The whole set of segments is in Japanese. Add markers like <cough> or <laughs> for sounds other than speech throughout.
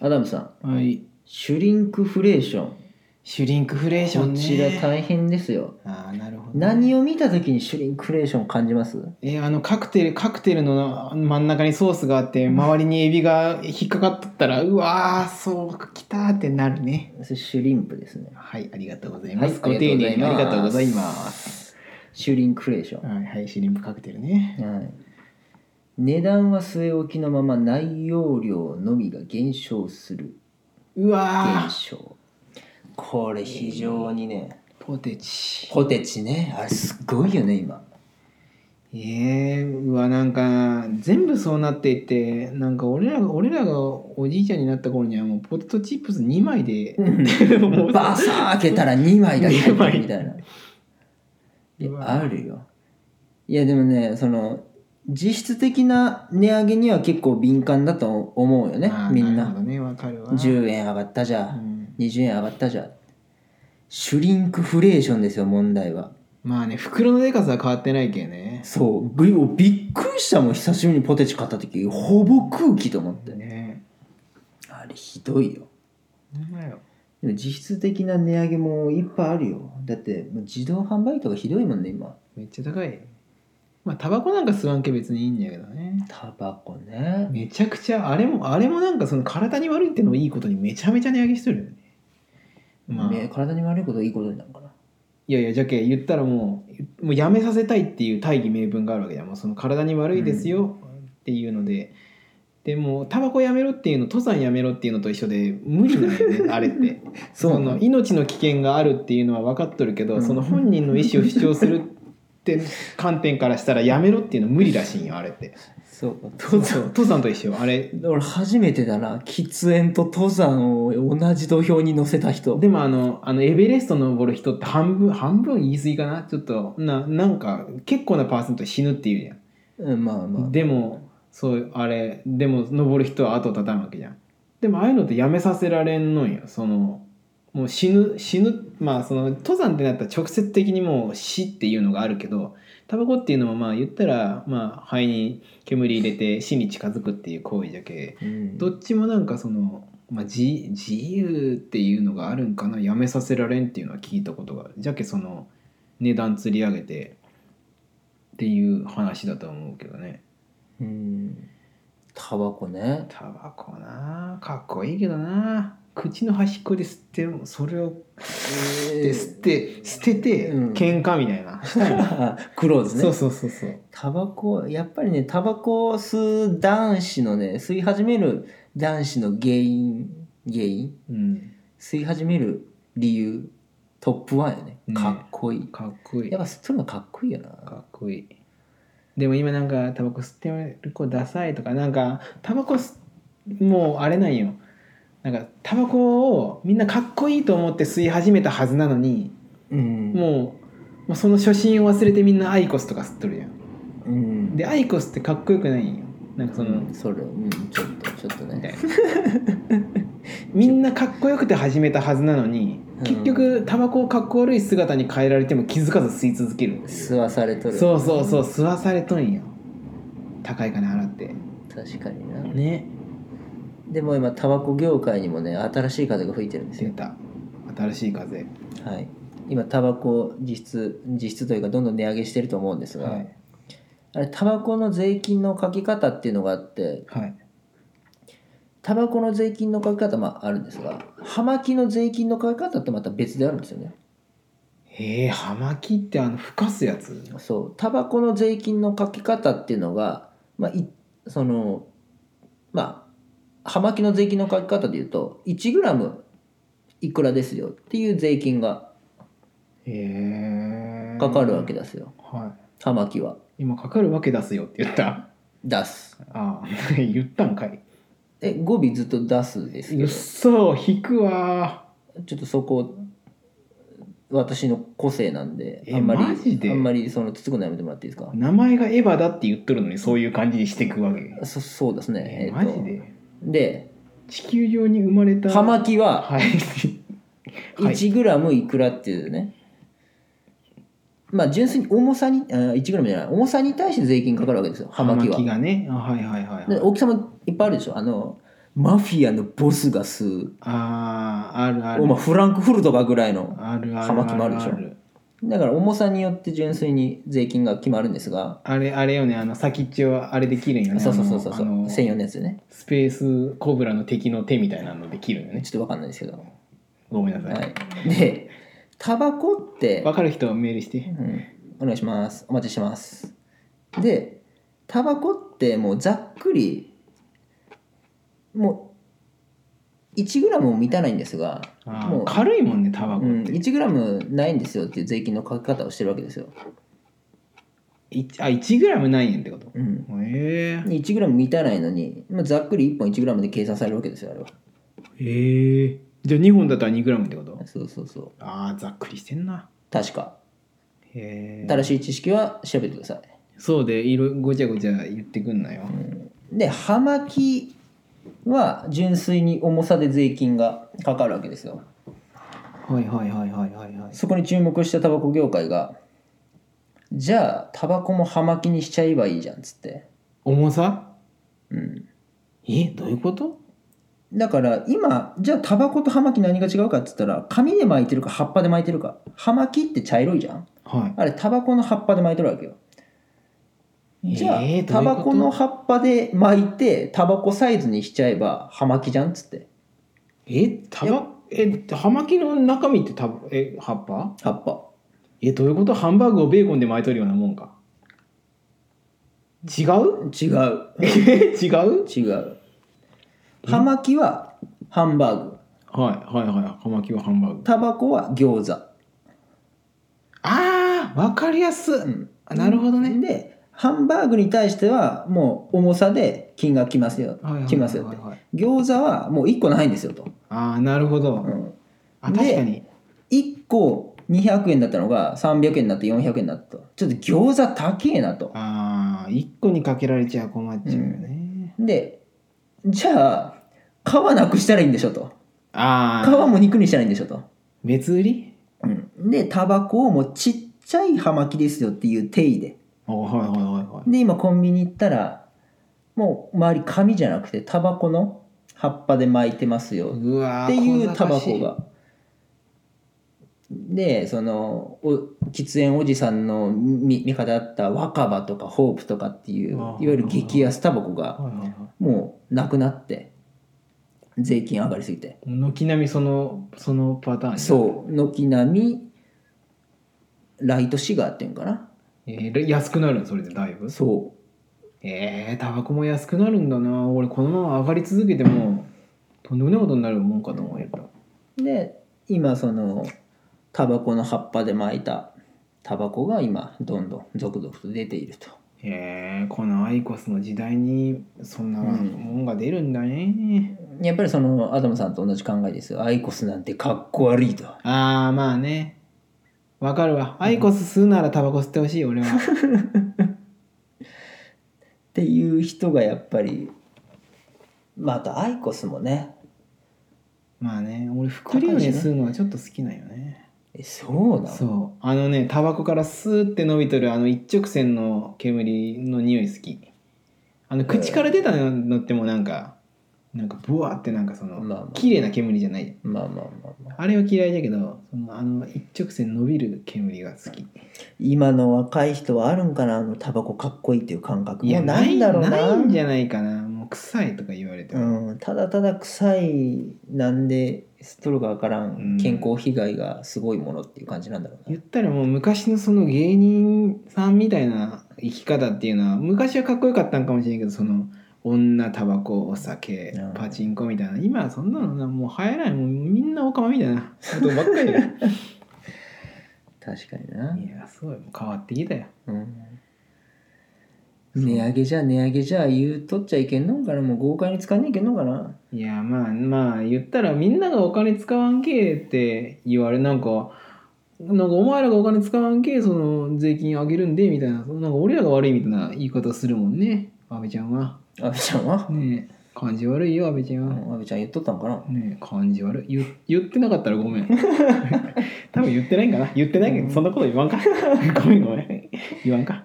アダムさんはい。シュリンクフレーションシュリンクフレーションこね。ちら大変ですよああ、なるほど。何を見た時にシュリンクフレーション感じますえーあの、カクテル、カクテルの真ん中にソースがあって、周りにエビが引っかかっとったら、うわー、そうきたーってなるね。それシュリンプですねはい、ありがとうございます。はいご丁寧にあありりががととううごござざいいます。シュリンクフレーション、はい、はい、シュリンプカクテルね。はい、値段は据え置きのまま内容量のみが減少するうわ減ー、少これ非常にねポテチ。ポテチねあれすっごいよね今えー、うわ、なんか、全部そうなっていって、なんか俺らが、俺らがおじいちゃんになった頃には、もうポテトチップス2枚で、 <laughs> も <laughs> うバサー開けたら2枚だけ入ってるみたいな <laughs> うわあるよいやでもねその実質的な値上げには結構敏感だと思うよねあーみんるほなどね、わかるわ。 10円上がったじゃ、うん20円上がったじゃシュリンクフレーションですよ問題はまあね、袋のデカさは変わってないけどね。そうびびっくりしたもん久しぶりにポテチ買った時ほぼ空気と思ってねあれひどいよよ。でも実質的な値上げもいっぱいあるよだってもう自動販売とかひどいもんね今めっちゃ高い。まあ、タバコなんか吸わんけ別にいいんだけどね。タバコねめちゃくちゃ、あれも、あれもなんかその体に悪いってのもいいことにめちゃめちゃ値上げしてるよね。まあ、ねい体に悪いこといいことになるのかなやいや、じゃけ、言ったらもう、もうやめさせたいっていう大義名分があるわけだよ。もうその体に悪いですよっていうので、でも、タバコやめろっていうの、登山やめろっていうのと一緒で、無理なんよ <laughs> ね、あれって。そその命の危険があるっていうのは分かっとるけど、うんその本人の意思を主張するって観点からしたらやめろっていうの無理らしいんよあれってそうかそう登そう山登山と一緒あれ <laughs> 俺初めてだな喫煙と登山を同じ土俵に乗せた人でもあのあのエベレスト登る人って半分半分言い過ぎかなちょっとななんか結構なパーセント死ぬっていうじゃん、うんまあまあでもそうあれでも登る人は後を絶たんわけじゃんでもああいうのってやめさせられんのんよそのもう死ぬ死ぬまあその登山ってなったら直接的にもう死っていうのがあるけどタバコっていうのもまあ言ったらまあ肺に煙入れて死に近づくっていう行為じゃけうんどっちもなんかその、まあ、自自由っていうのがあるんかなやめさせられんっていうのは聞いたことがあるじゃけその値段釣り上げてっていう話だと思うけどね。うんタバコねタバコなあかっこいいけどなあ口の端っこで吸ってもそれをで <laughs> 吸って捨ててうん喧嘩みたいな、クローズねそうそうそうそうタバコやっぱりねタバコを吸う男子のね吸い始める男子の原因原因うん吸い始める理由トップワンやねねかっこいい、かっこいいやっぱか吸っとるのかっこいいよなっこいいでも今なんかタバコ吸ってる子ダサいとかなんかタバコ吸もうあれなんよなんかタバコをみんなかっこいいと思って吸い始めたはずなのにうんもうもうその初心を忘れてみんなアイコスとか吸っとるやんうんでアイコスってかっこよくないんよなんかその、うんそれうんちょっとちょっとみたねいなみんなかっこよくて始めたはずなのにうん結局タバコをかっこ悪い姿に変えられても気づかず吸い続けるっていう吸わされとるそうそうそう吸わされとんよ高い金払って確かになねでも今タバコ業界にもね新しい風が吹いてるんです出よた新しい風はい今タバコ実質実質というかどんどん値上げしてると思うんですが、はいあれタバコの税金の書き方っていうのがあってはいタバコの税金の書き方もあるんですが葉巻の税金の書き方とまた別であるんですよねへえ葉巻ってあのふかすやつそうタバコの税金の書き方っていうのがまあいそのまあ葉巻の税金の書き方でいうと 1g いくらですよっていう税金がへえかかるわけですよは葉巻はい今かかるわけ出すよって言った出すああ <laughs> 言ったんかいえ語尾ずっと出すですけうっどそ引くわちょっとそこ私の個性なんでえあんまりマジであんまりそのつつくのやめてもらっていいですか名前がエヴァだって言っとるのにそういう感じにしていくわけ、そそうですねええーマとジでで地球上に生まれた葉巻ははいはい 1g いくらっていうね、まあ純粋に重さにあ 1g じゃない重さに対して税金かかるわけですよ葉巻はがねあはいはいはい、ではい、大きさもいっぱいあるでしょあのマフィアのボスが吸うあああるあるお前フランクフルトかぐらいのあるあ葉る巻もああるるでしょあるだから重さによって純粋に税金が決まるんですが、あれあれよねあの先っちょはあれで切るんよねそうそうそうそうあそのあうの専用のやつでねスペースコブラの敵の手みたいなので切るんよねちょっと分かんないですけど、ごめんなさい、はい、でタバコ <laughs> って分かる人はメールして、うん、お願いしますお待ちしてますでタバコってもうざっくりもう 1g も満たないんですがあーもう軽いもんねタバコっうて、ん、1g ないんですよっていう税金のかけ方をしてるわけですよ、いあ1グラムないんやってことうん、えで 1g 満たないのに、まあ、ざっくり1本 1g で計算されるわけですよあれはえええじゃあ2本だったら2グラムってことそうそうそうあーざっくりしてんな確かへえ正しい知識は調べてください、そうでいろごちゃごちゃ言ってくんなよ、で葉巻は純粋に重さで税金がかかるわけですよはいはいはいはいはいはいそこに注目したタバコ業界がじゃあタバコも葉巻にしちゃえばいいじゃんっつって重さうんえどういうことだから今じゃあタバコと葉巻何が違うかっつったら紙で巻いてるか葉っぱで巻いてるか葉巻って茶色いじゃんはあれタバコの葉っぱで巻いてるわけよいじゃあえーどういうことタバコの葉っぱで巻いてタバコサイズにしちゃえば葉巻じゃんっつってえタいバえ葉巻の中身ってタバえ葉っぱ葉っぱえどういうことハンバーグをベーコンで巻いとるようなもんか違う違うえ違う違う葉巻はハンバーグはいはいはい葉巻はハンバーグタバコは餃子あーわかりやす、んあなるほどね、でハンバーグに対してはもう重さで金額きますよはいはいはいはいきますよって餃子はもう1個ないんですよと、ああなるほど、うん、あで確かに1個200円だったのが300円になって400円になったとちょっと餃子高えなとああ1個にかけられちゃ困っちゃうよね、でじゃあ皮なくしたらいいんでしょとあ皮あも肉にしたらいいんでしょと、別売りうん、でタバコをもうちっちゃい葉巻ですよっていう定義でおはいはいはいはいで今コンビニ行ったらもう周り紙じゃなくてタバコの葉っぱで巻いてますようわーっていうタバ小賢コしいがでそのお喫煙おじさんのみ味方だった若葉とかホープとかっていういあわーゆる激安タバコがはいはいはいもうなくなって税金上がりすぎて軒並みそのそのパターンねそう軒並みライトシガーっていうんかなえー安くなるのそれでだいぶそえー、タバコも安くなるんだな俺このまま上がり続けてもとんでもないことになるもんかと思えたうで今そのタバコの葉っぱで巻いたタバコが今どんどん続々と出ているとえー、このアイコスの時代にそんなうんもんが出るんだね、やっぱりそのアダムさんと同じ考えですよアイコスなんてかっこ悪いとあーまあねわかるわアイコス吸うならタバコ吸ってほしい俺は <laughs> っていう人がやっぱりまああとアイコスもねまあね俺副流高いし煙ね吸うのはちょっと好きなんよねえそうなのそうあのねタバコからスーって伸びとるあの一直線の煙の匂い好きあの口から出たのってもうなんかなんかブワーってなんかその、まあまあ綺麗な煙じゃないまあまあまあ、まあ、あれは嫌いだけどそのあの一直線伸びる煙が好き今の若い人はあるんかなあのタバコかっこいいっていう感覚いやもうないんだろうなないんじゃないかなもう臭いとか言われても、うん、ただただ臭いなんでストローがわからうんん健康被害がすごいものっていう感じなんだろう言なったらもう昔のその芸人さんみたいな生き方っていうのは昔はかっこよかったんかもしれんけどその女タバコお酒うんパチンコみたいな今はそんなのなもう流行らないもうみんなオカマみたいなことばっかりだい確かにな、やす <laughs> ごいもう変わってきたようん、値上げじゃ値上げじゃ言うとっちゃいけんのんかなもう豪快に使わねえけんのんかないやまあまあ言ったらみんながお金使わんけえって言われなんかなんかお前らがお金使わんけえその税金上げるんでみたいななんか俺らが悪いみたいな言い方するもんね阿部ちゃんは阿部ちゃんはねえ感じ悪いよ阿部ちゃんうは。ん阿部ちゃん言っとったんかなねえ感じ悪い言言ってなかったらごめん <laughs> 多分言ってないんかな言ってないけどそんなこと言わ <laughs> んかごめんごめん言わんか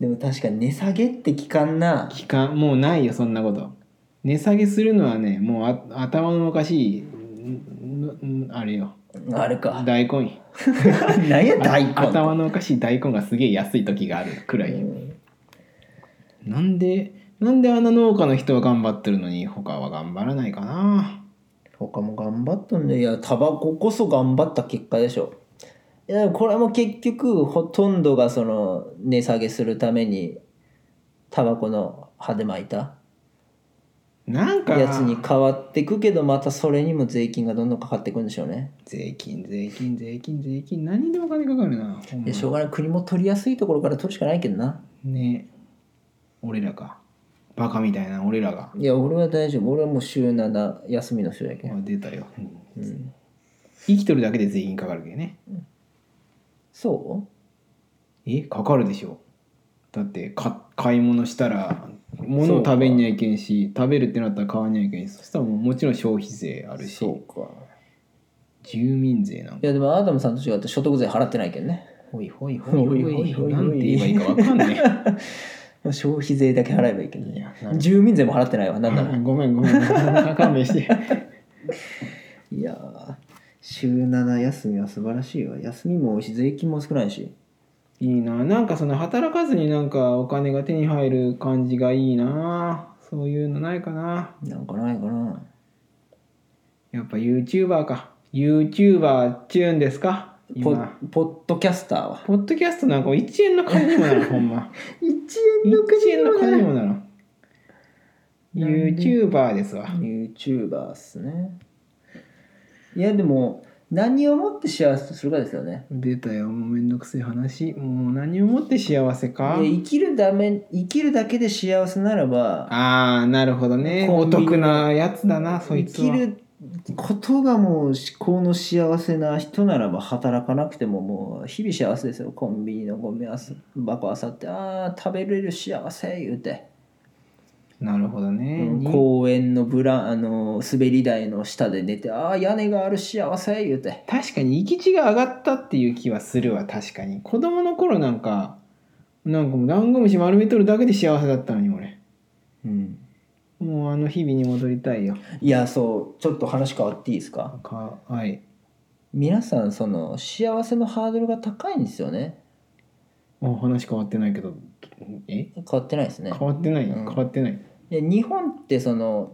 でも確かに値下げって聞かんな期間もうないよそんなこと値下げするのはねもうあ頭のおかしいんんんあれよあれか大根よ何や大根あ頭のおかしい大根がすげえ安い時があるくらいよ、うんなんでなんであの農家の人は頑張ってるのに他は頑張らないかな他も頑張ったんでいやタバコこそ頑張った結果でしょいやこれも結局ほとんどがその値下げするためにタバコの葉で巻いたなんかやつに変わっていくけどまたそれにも税金がどんどんかかっていくんでしょうね税金税金税金税金何でお金かかるなほんまでしょうがない国も取りやすいところから取るしかないけどなね俺らかバカみたいな俺らがいや俺は大丈夫俺はもう週7休みの週やけん、あ出たよ、うん、生きとるだけで税金かかるけどねそえかかるでしょだってか買い物したら物を食べにゃいけんし食べるってなったら買わにゃいけんしそしたらもうもちろん消費税あうるしそうか住民税なんいかやでもアダムさんと違って所得税払ってないけどね <laughs> ほいほいほほいほいほいほいなんて言えばいいかわかんね消費税だけ払えばいいけどえいねやなん住民税も払ってないわなんならごめんごめ <laughs> ん勘弁していやー週7休みは素晴らしいわ休みも多いし税金も少ないしいいななんかその働かずになんかお金が手に入る感じがいいなそういうのないかななんかないかなやっぱ YouTuber か YouTuber っちゅうんですかポ今ポッドキャスターはポッドキャストなんか1円の金にも <laughs> なるほんま1 1円の金にもなるなんで YouTuber ですわ YouTuber っすねいやでも何をもって幸せとするかですよね出たよもうめんどくせえ話もう何をもって幸せかで生きるため生きるだけで幸せならばああなるほどねコおンビニ得なやつだなそ生いつきはることがもう思考の幸せな人ならば働かなくてももう日々幸せですよコンビニのゴミ箱あさってあー食べれる幸せ言うて、なるほどね、に公園のブラあの滑り台の下で寝てあー屋根がある幸せ言うて確かに行き地が上がったっていう気はするわ確かに子供の頃なんかなんかもうダンゴムシ丸めとるだけで幸せだったのに俺うんもうあの日々に戻りたいよいやそうちょっと話変わっていいですかかはい皆さんその幸せのハードルが高いんですよねお話変わってないけどえ変わってないですね変わってない、うん変わってないで日本ってその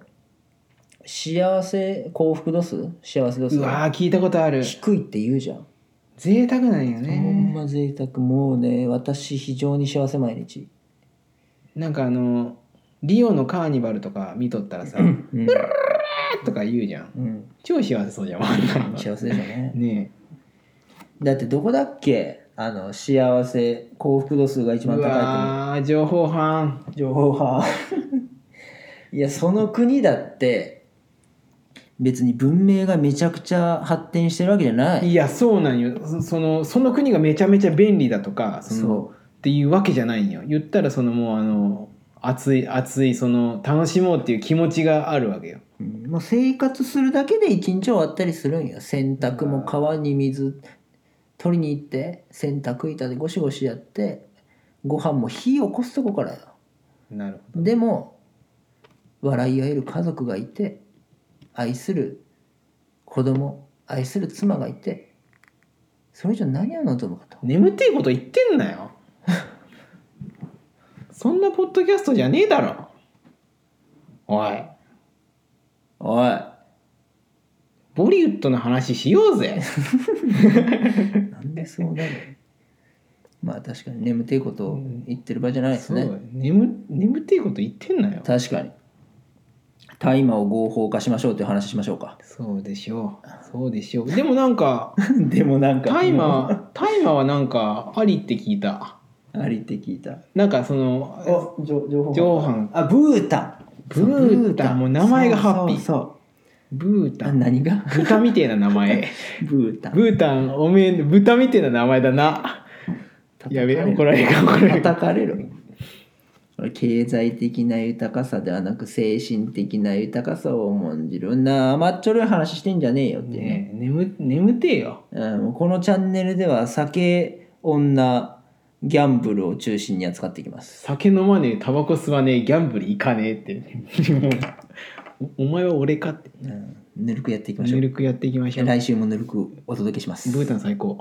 幸せ幸福度数幸せ度数うわー聞いたことある低いって言うじゃん、贅沢なんよほんねま贅沢もうね私非常に幸せ毎日、なんかあのリオのカーニバルとか見とったらさ「うんとか言うじゃんうん、超幸せそうじゃんあんなの幸せでしょうねねだってどこだっけあの幸せ幸福度数がえ一う番高い国わー情報班情報派 <laughs> いやその国だって別に文明がめちゃくちゃ発展してるわけじゃないいやそうなんよそそのその国がめちゃめちゃ便利だとかそのそっていうわけじゃないんよ言ったらそのもうあの熱い熱いその楽しもうっていう気持ちがあるわけう、うよんもう生活するだけで一日終わったりするんよ洗濯も川に水取りに行って洗濯板でゴシゴシやってご飯も火起こすとこからよなるほでも笑い合える家族がいて愛する子供愛する妻がいてそれ以上何を望むかとど眠っていこと言ってんなよ <laughs> そんなポッドキャストじゃねえだろおいおいボリウッドの話しようぜなんでそうなるまあ確かに眠ていことを言ってる場合じゃないですそうね眠眠っていこと言ってんなよ確かに大麻を合法化しましょうという話しましょうかそうでしょうそうでしょうでもなんか <laughs> でもなんかタイマー、タイマーはなんかありって聞いた。ありって聞いたなんかその、お情報上半、あブータンブータンもう名前がハッピーそうそうブーそうタあン。何 <laughs> が豚みてえな名前。 <laughs> ブータンブータン、おめえ、豚みてえな名前だな。やべえ、怒られるか、怒られるか。叩かれる経済的な豊かさではなく精神的な豊かさを重んじるなあ甘っちょろい話してんじゃねえよっていうねねえ、眠、眠てえよ。うん、このチャンネルでは酒女ギャンブルを中心に扱っていきます <laughs> 酒飲まねえ、タバコ吸わねえ、ギャンブル行かねえって。もうおお前は俺かってうんぬるくやっていきましょうぬるくやっていきましょう来週もぬるくお届けしますブータン最高